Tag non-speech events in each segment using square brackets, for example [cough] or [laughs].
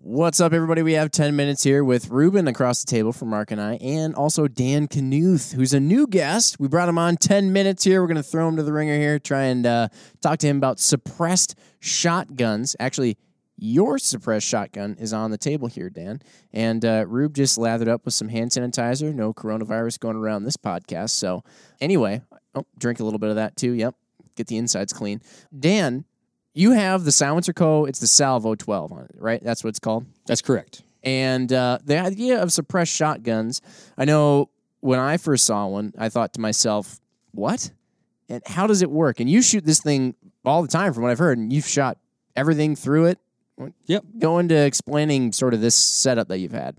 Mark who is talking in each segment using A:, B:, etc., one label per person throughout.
A: What's up, everybody? We have 10 minutes here with Ruben across the table from Mark and I, and also Dan Knuth, who's a new guest. We brought him on 10 minutes here. We're going to throw him to the ringer here, try and uh, talk to him about suppressed shotguns. Actually, your suppressed shotgun is on the table here, Dan. And uh, Rube just lathered up with some hand sanitizer. No coronavirus going around this podcast. So, anyway, oh, drink a little bit of that too. Yep. Get the insides clean. Dan, you have the silencer co it's the salvo 12 on it right that's what it's called
B: That's correct.
A: and uh, the idea of suppressed shotguns i know when i first saw one i thought to myself what and how does it work and you shoot this thing all the time from what i've heard and you've shot everything through it
B: Yep.
A: go into explaining sort of this setup that you've had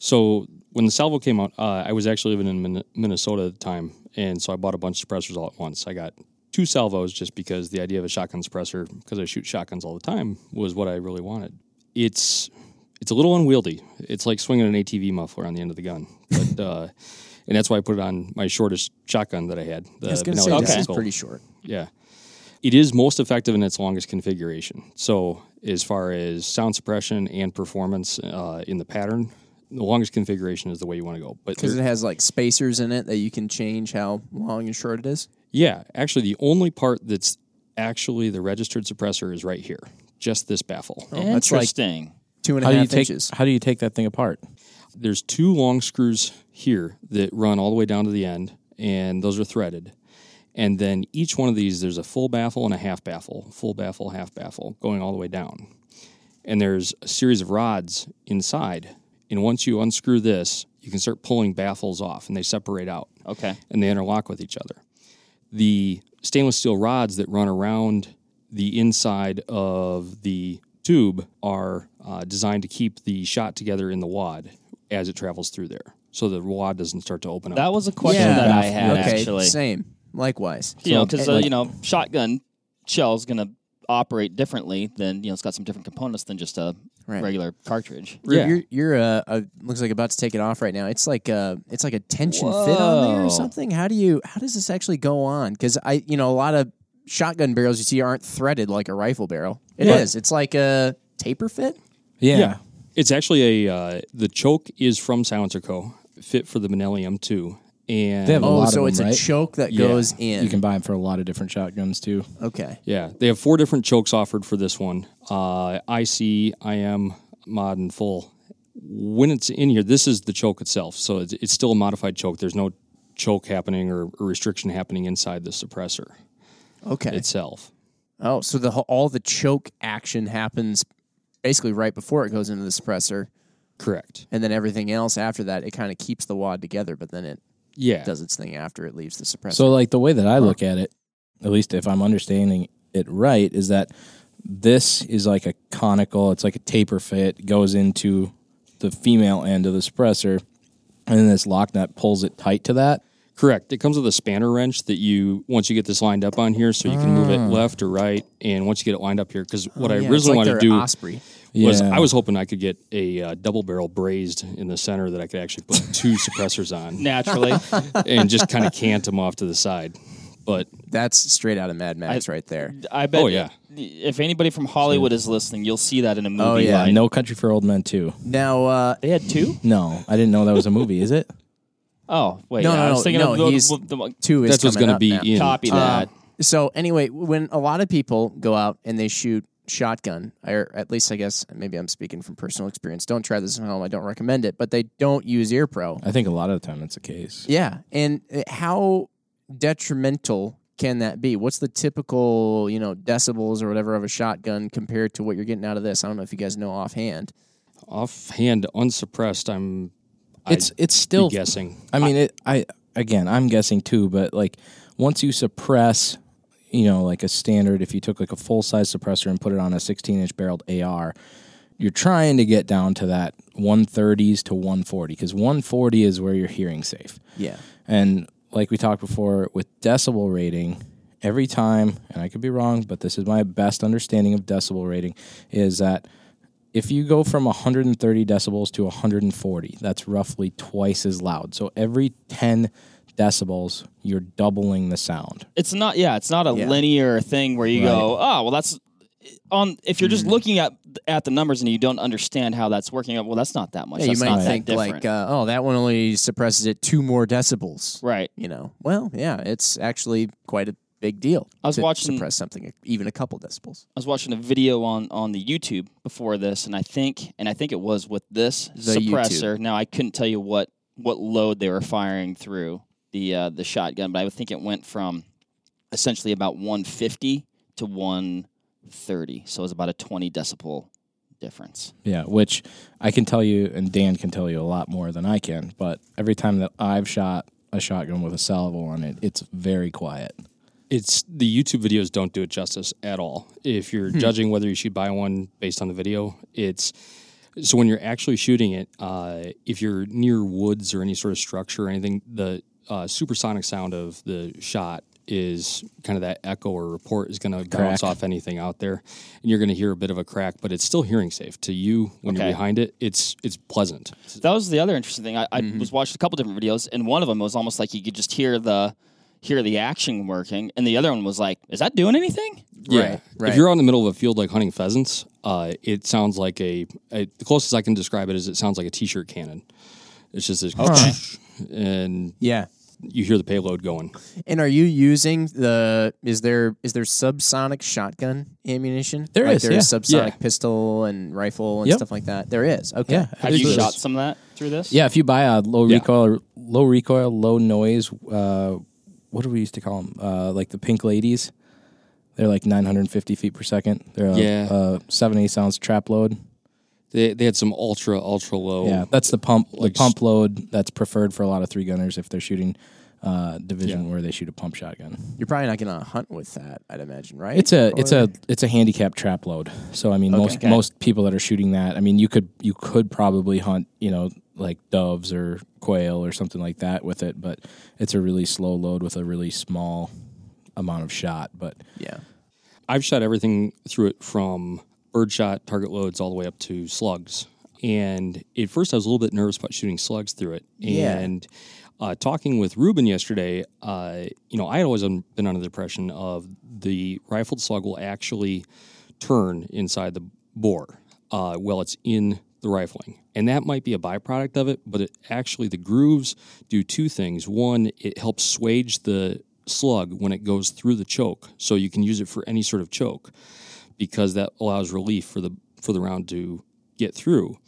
B: So when the salvo came out, uh, I was actually living in Min- Minnesota at the time, and so I bought a bunch of suppressors all at once. I got two salvos just because the idea of a shotgun suppressor, because I shoot shotguns all the time, was what I really wanted. It's it's a little unwieldy. It's like swinging an ATV muffler on the end of the gun, but uh, and that's why I put it on my shortest shotgun that I had. The vanilla
A: this
B: Desert
A: is
B: Gold.
A: pretty short
B: Yeah. It is most effective in its longest configuration. So, as far as sound suppression and performance uh, in the pattern, the longest configuration is the way you want to go. But
A: because
B: there-
A: it has like spacers in it that you can change how long and short it is
B: yeah, actually, the only part that's actually the registered suppressor is right here, just this baffle.
A: Oh, that's like-
C: Interesting.
A: two and a
D: How
A: half
D: do you take?
A: inches
D: How do you take that thing apart?
B: There's two long screws here that run all the way down to the end, and those are threaded. And then each one of these, there's a full baffle and a half baffle, full baffle, half baffle, going all the way down. And there's a series of rods inside. And once you unscrew this, you can start pulling baffles off, and they separate out
C: Okay.
B: and they interlock with each other. The stainless steel rods that run around the inside of the tube are uh, designed to keep the shot together in the wad as it travels through there, so the wad doesn't start to open up.
C: That was a question that I had
A: okay
C: actually.
A: same eh, likewise
C: You know, because uh, you know, shotgun shell's gonna operate differently than you know, it's got some different components than just a
A: Right.
C: regular cartridge.
A: Rube,
B: Yeah.
A: you're you're uh, uh, looks like about to take it off right now. It's like a it's like a tension fit on there or
C: Whoa.
A: something. How do you how does this actually go on? Because I you know a lot of shotgun barrels you see aren't threaded like a rifle barrel. It is. It's like a taper fit.
D: Yeah.
B: Yeah. It's actually a uh, the choke is from Silencer Co. Fit for the Benelli M2, and
D: They have a
A: Oh,
D: lot
A: so
D: of them,
A: it's a
D: right?
A: choke that goes in.
D: You can buy them for a lot of different shotguns too.
A: okay.
B: yeah, they have four different chokes offered for this one. Uh, IC, IM, mod, and full. When it's in here, this is the choke itself, so it's, it's still a modified choke. There's no choke happening or, or restriction happening inside the suppressor
A: Okay.
B: itself.
A: oh, so the whole- all the choke action happens basically right before it goes into the suppressor,
B: Correct.
A: and then everything else after that it kind of keeps the wad together, but then it
B: Yeah.
A: does its thing after it leaves the suppressor.
D: So, like the way that I look at it, at least if I'm understanding it right, is that this is like a conical. It's like a taper fit goes into the female end of the suppressor, and then this lock nut pulls it tight to that.
B: Correct. It comes with a spanner wrench that you once you get this lined up on here, so you can move it left or right. And once you get it lined up here, because what
A: Ah. Oh, Yeah,
B: I
A: it's
B: originally
A: like
B: wanted
A: their
B: to do
A: Osprey.
B: was
D: Yeah.
B: I was hoping I could get a uh, double barrel braised in the center that I could actually
D: [laughs]
B: put two suppressors on
C: Naturally.
B: [laughs] and just kind of cant them off to the side. But
A: That's straight out of Mad Max right there.
C: I bet
B: Oh, yeah.
C: if anybody from Hollywood is listening, you'll see that in a movie
A: Oh, yeah.
D: Uh,
C: line.
D: no Country for Old Men too.
A: Now, uh,
C: They had two?
D: No, I didn't know that was a movie. is it?
C: Oh, wait.
A: No,
C: yeah,
A: no,
C: I was
A: no,
C: thinking
A: no,
C: of the,
A: he's- Uh,
C: the-
A: two is
B: that's what's
A: going
B: going
A: to
B: to be in.
C: copy that.
A: So anyway, when a lot of people go out and they shoot shotgun, or at least I guess maybe I'm speaking from personal experience. Don't try this at home. I don't recommend it. But they don't use ear pro.
D: I think a lot of the time that's the case.
A: Yeah, and uh, how detrimental can that be? What's the typical you know decibels or whatever of a shotgun compared to what you're getting out of this? I don't know if you guys know offhand.
B: offhand, unsuppressed, I'm
D: It's it's
B: be
D: still
B: guessing.
D: I mean, it. I again, I'm guessing too, but like once you suppress, you know, like a standard, if you took like a full size suppressor and put it on a 16 inch barreled AR, you're trying to get down to that 130s to 140 because 140 is where you're hearing safe.
A: Yeah.
D: And like we talked before with decibel rating, every time, and I could be wrong, but this is my best understanding of decibel rating, is that if you go from 130 decibels to 140, that's roughly twice as loud. So every 10 decibels, you're doubling the sound.
C: It's not, yeah, it's not a
A: Yeah.
C: linear thing where you go, oh, well, that's on if you're
A: Mm-hmm.
C: just looking at at the numbers and you don't understand how that's working out, well, that's not that much.
A: Yeah, you
C: That's not
A: might
C: that
A: think
C: different.
A: like, uh, oh, that one only suppresses it two more decibels.
C: right.
A: You know, well, yeah, it's actually quite a big deal.
C: I was
A: to
C: watching-
A: suppress something even a couple decibels.
C: I was watching a video on on the YouTube before this, and I think and I think it was with this
A: The
C: suppressor. Now I couldn't tell you what what load they were firing through the uh, the shotgun, but I would think it went from essentially about 150 to 130, so it was about a 20 decibel difference.
D: Yeah, which I can tell you, and Dan can tell you a lot more than I can. But every time that I've shot a shotgun with a salvo on it, it's very quiet.
B: it's the YouTube videos don't do it justice at all. If you're judging whether you should buy one based on the video, it's so when you're actually shooting it, uh, if you're near woods or any sort of structure or anything, the uh, supersonic sound of the shot is kind of that echo or report is going to bounce off anything out there, and you're going to hear a bit of a crack, but it's still hearing safe to you when
C: Okay.
B: you're behind it. It's it's pleasant.
C: That was the other interesting thing. I, I
A: Mm-hmm.
C: was watching a couple different videos, and one of them was almost like you could just hear the hear the action working, and the other one was like, "Is that doing anything?"
B: Yeah.
A: Right, right.
B: If you're out in the middle of a field like hunting pheasants, uh, it sounds like a, a- the closest I can describe it is it sounds like a t-shirt cannon. It's just this
A: Oh.
B: and
A: Yeah.
B: you hear the payload going.
A: And are you using the? Is there is there subsonic shotgun ammunition?
D: There
A: like
D: is,
A: There is
D: yeah.
A: subsonic
B: Yeah.
A: pistol and rifle and
D: Yep.
A: stuff like that. There is. Okay.
D: Yeah,
C: Have you
D: Absolutely.
C: shot some of that through this?
D: Yeah, if you buy a low
B: Yeah.
D: recoil, low recoil, low noise, uh, what do we used to call them? Uh, like the Pink Ladies. They're like 950 feet per second. They're a,
B: Yeah.
D: a 70 sounds trap load.
B: They, they had some ultra ultra low.
D: Yeah, that's the pump.
B: Oh. Like
D: the pump load that's preferred for a lot of three gunners if they're shooting uh, division where they shoot a pump shotgun.
A: You're probably not going to hunt with that. I'd imagine, right?
D: It's a it's
A: Or-
D: a it's a handicap trap load. So I mean, most
C: Okay.
D: most people that are shooting that, I mean, you could you could probably hunt, you know, like doves or quail or something like that with it, but it's a really slow load with a really small amount of shot. But
A: yeah.
B: I've shot everything through it from birdshot target loads all the way up to slugs. And at first, I was a little bit nervous about shooting slugs through it.
A: Yeah.
B: And uh, talking with Ruben yesterday, uh, you know, I had always un- been under the impression of the rifled slug will actually turn inside the bore uh, while it's in the rifling. And that might be a byproduct of it, but it actually, the grooves do two things. One, it helps swage the slug when it goes through the choke, so you can use it for any sort of choke because that allows relief for the for the round to get through,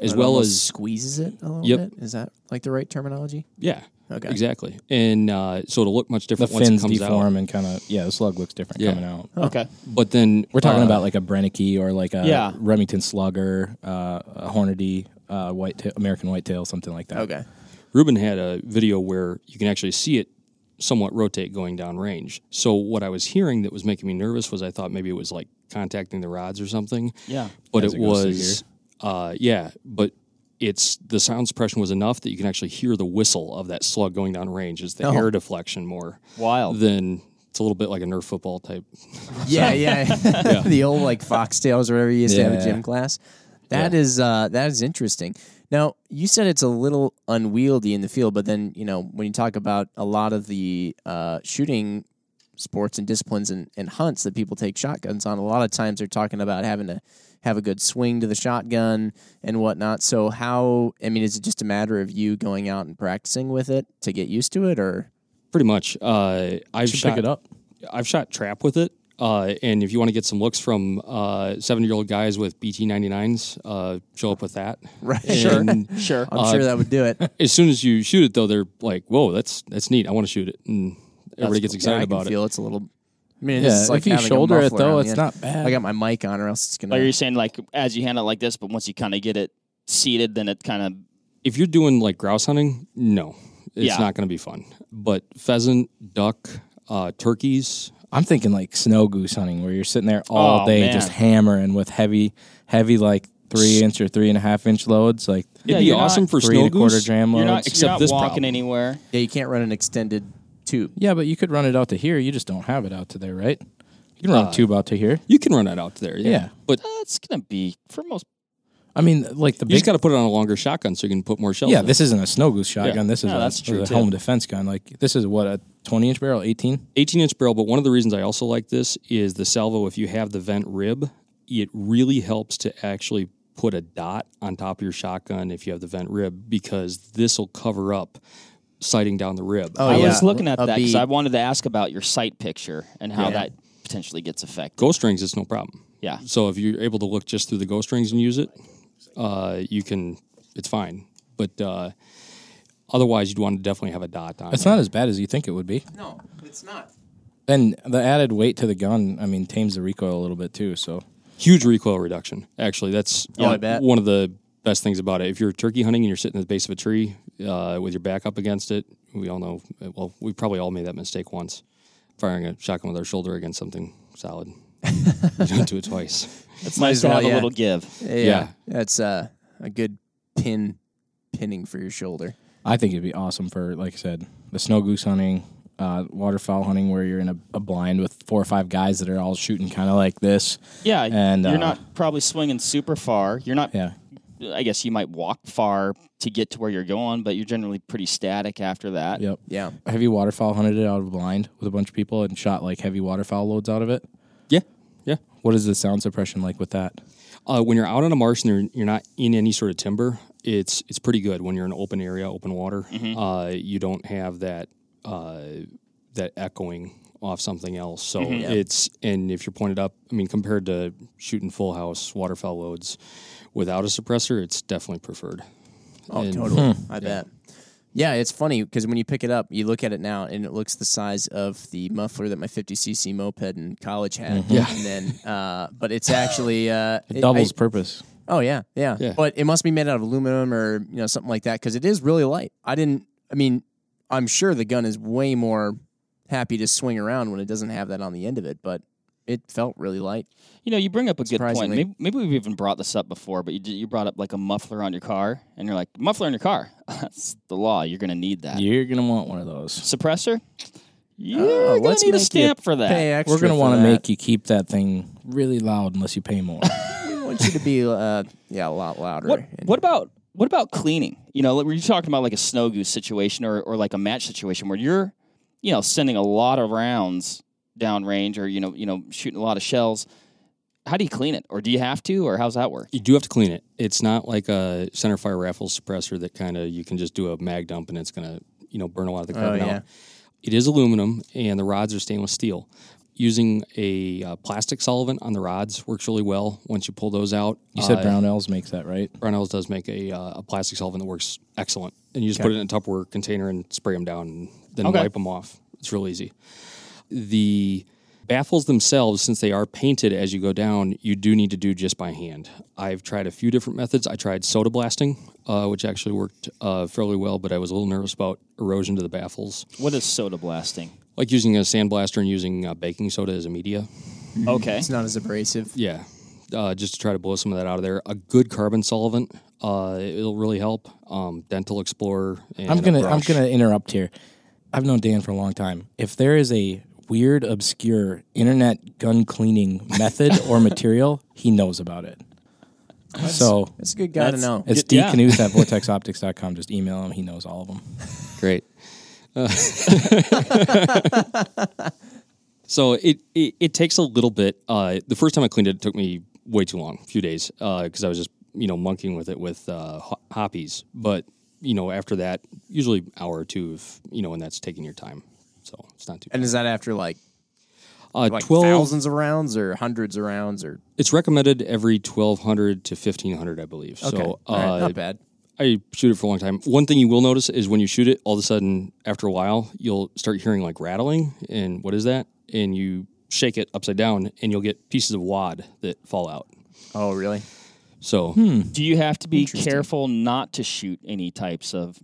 B: as
A: It
B: well
A: almost
B: as
A: squeezes it a little
B: Yep.
A: bit. Is that like the right terminology?
B: yeah,
A: Okay.
B: exactly. And uh, so it'll look much
D: the
B: different once it
D: fins
B: comes out.
D: deform and kind of yeah, the slug looks different
B: Yeah.
D: coming out.
C: Okay.
B: But then
D: We're talking
B: uh,
D: about like a Brennicky or like a
C: Yeah.
D: Remington Slugger, uh, a Hornady, uh, white American Whitetail, something like that.
A: Okay.
B: Ruben had a video where you can actually see it somewhat rotate going down range. So what I was hearing that was making me nervous was I thought maybe it was like contacting the rods or something.
C: Yeah.
B: But
D: As
B: it,
D: it goes through
B: was uh yeah, but it's the sound suppression was enough that you can actually hear the whistle of that slug going down range. It's the
D: Oh.
B: air deflection more
C: Wild.
B: than it's a little bit like a Nerf football type.
A: Yeah, yeah. [laughs] the old like foxtails or whatever you used to have in
D: Yeah.
A: gym class. That is uh, that is interesting. Now you said it's a little unwieldy in the field, but then you know when you talk about a lot of the uh, shooting sports and disciplines and, and hunts that people take shotguns on, a lot of times they're talking about having to have a good swing to the shotgun and whatnot. So how I mean, is it just a matter of you going out and practicing with it to get used to it, or
B: Pretty much. Uh I've
D: Should
B: shot
D: pick it up.
B: I've shot trap with it. Uh, and if you want to get some looks from uh, seven year old guys with BT 99s, uh, show up with that.
A: [laughs] Right.
C: Sure.
B: And
C: Sure.
A: I'm sure that would do it.
B: as soon as you shoot it, though, they're like, whoa, that's that's neat. I want to shoot it. And everybody gets
A: Yeah,
B: excited
A: I can
B: about it.
A: feel it's a little. I mean,
D: Yeah,
A: it's like
D: if you
A: having a
D: shoulder it
A: muffler
D: though,
A: on the end.
D: it's not bad.
A: I got my mic on, or else it's gonna.
C: Like you're saying, like as you hand it like this, but once you kind of get it seated, then it
A: Uh,
C: kind of
B: If you're doing like grouse hunting, no, it's
C: Yeah.
B: not going to be fun. But pheasant, duck, uh, turkeys,
D: I'm thinking like snow goose hunting, where you're sitting there all
C: Oh,
D: day
C: man.
D: just hammering with heavy, heavy like three inch or three and a half inch loads, like
B: it'd
C: Yeah,
B: be
C: you're not-
B: awesome for
D: three
B: snow
D: and a quarter
B: goose.
D: dram
C: you're
D: loads.
C: not
B: except
C: you're not
B: this
C: walking
B: problem.
C: anywhere.
A: yeah, you can't run an extended tube.
D: yeah, but you could run it out to here. You just don't have it out to there, right?
B: Uh,
D: You can run a tube out to here.
B: You can run that out there, yeah.
D: Yeah.
B: But
C: That's gonna be for most
D: I mean, like the
B: You
D: big
B: just got to put it on a longer shotgun so you can put more shells.
D: Yeah,
B: in it.
D: this isn't a snow goose shotgun.
B: Yeah.
D: This is
B: No,
D: a,
B: that's true,
D: a
B: too.
D: home defense gun. Like this is what a twenty inch barrel, eighteen.
B: 18 inch barrel. But one of the reasons I also like this is the salvo, if you have the vent rib, it really helps to actually put a dot on top of your shotgun if you have the vent rib because this will cover up sighting down the rib.
A: Oh,
C: I
A: yeah.
C: was looking at
A: A
C: that because
A: bead.
C: I wanted to ask about your sight picture and how that potentially gets affected.
B: Ghost rings, it's no problem.
C: Yeah.
B: So if you're able to look just through the ghost rings and use it, uh, you can, it's fine. But uh, otherwise, you'd want to definitely have a dot on
D: It's
B: it.
D: not as bad as you think it would be.
A: No, it's not.
D: And the added weight to the gun, I mean, tames the recoil a little bit too. So
B: huge recoil reduction. Actually, that's
A: Oh, I
B: uh,
A: bet.
B: one of the best things about it. If you're turkey hunting and you're sitting at the base of a tree uh, with your back up against it, we all know. Well, we probably all made that mistake once, firing a shotgun with our shoulder against something solid. [laughs] you don't do it twice.
C: It's
A: Might
C: nice
A: as
C: to
A: well,
C: have
A: yeah.
C: a little give.
A: Yeah, that's uh, a good pin pinning for your shoulder.
D: I think it'd be awesome for, like I said, the snow goose hunting, uh, waterfowl hunting, where you're in a, a blind with four or five guys that are all shooting kind of like this.
C: Yeah,
D: And,
C: you're
D: uh,
C: not probably swinging super far. You're not.
D: Yeah,
C: I guess you might walk far to get to where you're going, but you're generally pretty static after that.
D: yep.
A: Yeah,
D: Have you waterfowl hunted it out of a blind with a bunch of people and shot like heavy waterfowl loads out of it?
B: yeah, yeah.
D: What is the sound suppression like with that?
B: Uh, when you're out on a marsh and you're, you're not in any sort of timber, it's it's pretty good. When you're in open area, open water, uh, you don't have that uh, that echoing off something else. So it's and if you're pointed up, I mean, compared to shooting full house waterfowl loads without a suppressor, it's definitely preferred.
A: Oh,
B: And-
A: totally.
D: Hmm.
A: I bet. Yeah, it's funny because when you pick it up, you look at it now, and it looks the size of the muffler that my 50cc moped in college had. Yeah, and then, uh, but it's actually
D: [laughs]
A: uh, it- I-
D: Mm-hmm. Doubles purpose.
A: oh yeah, yeah,
B: Yeah.
A: But it must be made out of aluminum or you know something like that because it is really light. I didn't. I mean, I'm sure the gun is way more happy to swing around when it doesn't have that on the end of it, but it felt really light.
C: You know, you bring up a good point.
A: Surprisingly.
C: Maybe, maybe we've even brought this up before, but you, d- you brought up like a muffler on your car, and you're like, muffler on your car. [laughs] That's the law. You're going to need that.
D: You're gonna want one of those.
C: Suppressor? You're
A: Oh,
C: going
A: let's
C: to need a
A: make you
C: stamp for that.
A: Pay extra
D: We're gonna
A: for
D: want to
A: that.
D: make you keep that thing really loud unless you
A: [laughs]
D: pay more.
A: I want you to be uh, yeah a lot louder.
C: What
A: and-
C: what about what about cleaning? You know, like, were you talking about like a snow goose situation or, or like a match situation where you're, you know, sending a lot of rounds downrange or you know you know shooting a lot of shells? How do you clean it, or do you have to, or how's that work?
B: You do have to clean it. It's not like a center fire raffle suppressor that kind of you can just do a mag dump and it's gonna you know burn a lot of the carbon
A: yeah.
B: out. It is aluminum and the rods are stainless steel. Using a uh, plastic solvent on the rods works really well once you pull those out.
D: You
A: Uh,
D: said Brownells makes that, right?
B: Brownells does make a, uh, a plastic solvent that works excellent, and you just put it in a Tupperware container and spray them down, and then
C: Okay.
B: wipe them off. It's real easy. The baffles themselves, since they are painted as you go down, you do need to do just by hand. I've tried a few different methods. I tried soda blasting, uh, which actually worked uh, fairly well, but I was a little nervous about erosion to the baffles,
C: What is soda blasting?
B: like using a sandblaster and using uh, baking soda as a media.
C: Okay,
A: It's not as abrasive.
B: Yeah, uh, just to try to blow some of that out of there. A good carbon solvent, uh, it'll really help. Um, Dental Explorer. And
D: I'm
B: a
D: gonna I'm
B: brush.
D: gonna interrupt here. I've known Dan for a long time. If there is a weird, obscure internet gun cleaning [laughs] method or material, he knows about it. So
A: That's a good guy to
C: That's-
A: know.
D: it's
C: yeah.
D: dcanews at vortexoptics.com. Just email him. He knows all of them.
B: great. [laughs] Uh, so it, it it takes a little bit. Uh, the first time I cleaned it, it took me way too long, a few days, because I was just you know monkeying with it with uh, ho- hoppies. But you know after that, usually hour or two, if you know, and that's taking your time. So it's not too.
A: And is that after like
B: Uh,
A: like
B: Twelve
A: thousands of rounds or hundreds of rounds or
B: It's recommended every 1200 to 1500, I believe.
A: okay.
B: So
A: All right,
B: uh,
A: not bad.
B: I shoot it for a long time. One thing you will notice is when you shoot it, all of a sudden, after a while, you'll start hearing like rattling. And what is that? And you shake it upside down and you'll get pieces of wad that fall out.
A: Oh really?
B: So
A: Hmm.
C: do you have to be careful not to shoot any types of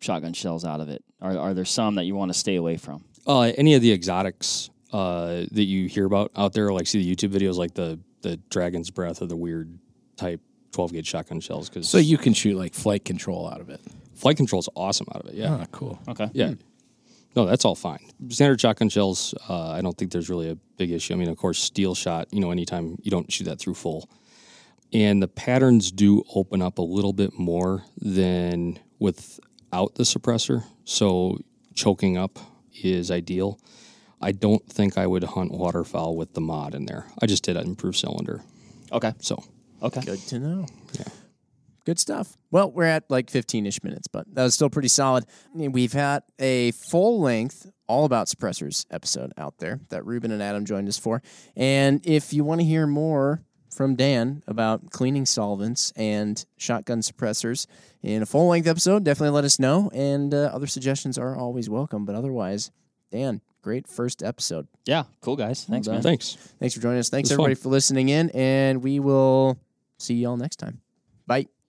C: shotgun shells out of it? Are are there some that you want to stay away from?
B: uh, any of the exotics uh, that you hear about out there, like see the YouTube videos, like the, the dragon's breath or the weird type 12 gauge shotgun shells, because
D: So you can shoot like flight control out of it.
B: flight control's awesome out of it. Yeah.
D: Ah, cool.
C: Okay,
B: Yeah. Hmm. No, that's all fine. Standard shotgun shells, uh, I don't think there's really a big issue. I mean, of course, steel shot, you know, anytime you don't shoot that through full, and the patterns do open up a little bit more than without the suppressor. So choking up is ideal. I don't think I would hunt waterfowl with the mod in there. I just did an improved cylinder.
C: Okay.
B: So
C: Okay.
A: Good to know. Good stuff. Well, we're at like 15 ish minutes, but that was still pretty solid. I mean, We've had a full length All About Suppressors episode out there that Ruben and Adam joined us for. And if you want to hear more from Dan about cleaning solvents and shotgun suppressors in a full length episode, definitely let us know. And uh, other suggestions are always welcome. But otherwise, Dan, great first episode.
C: Yeah. Cool, guys. Thanks, man.
B: thanks.
A: Thanks for joining us. Thanks,
B: It was fun.
A: everybody, for listening in. And we will see you all next time. Bye.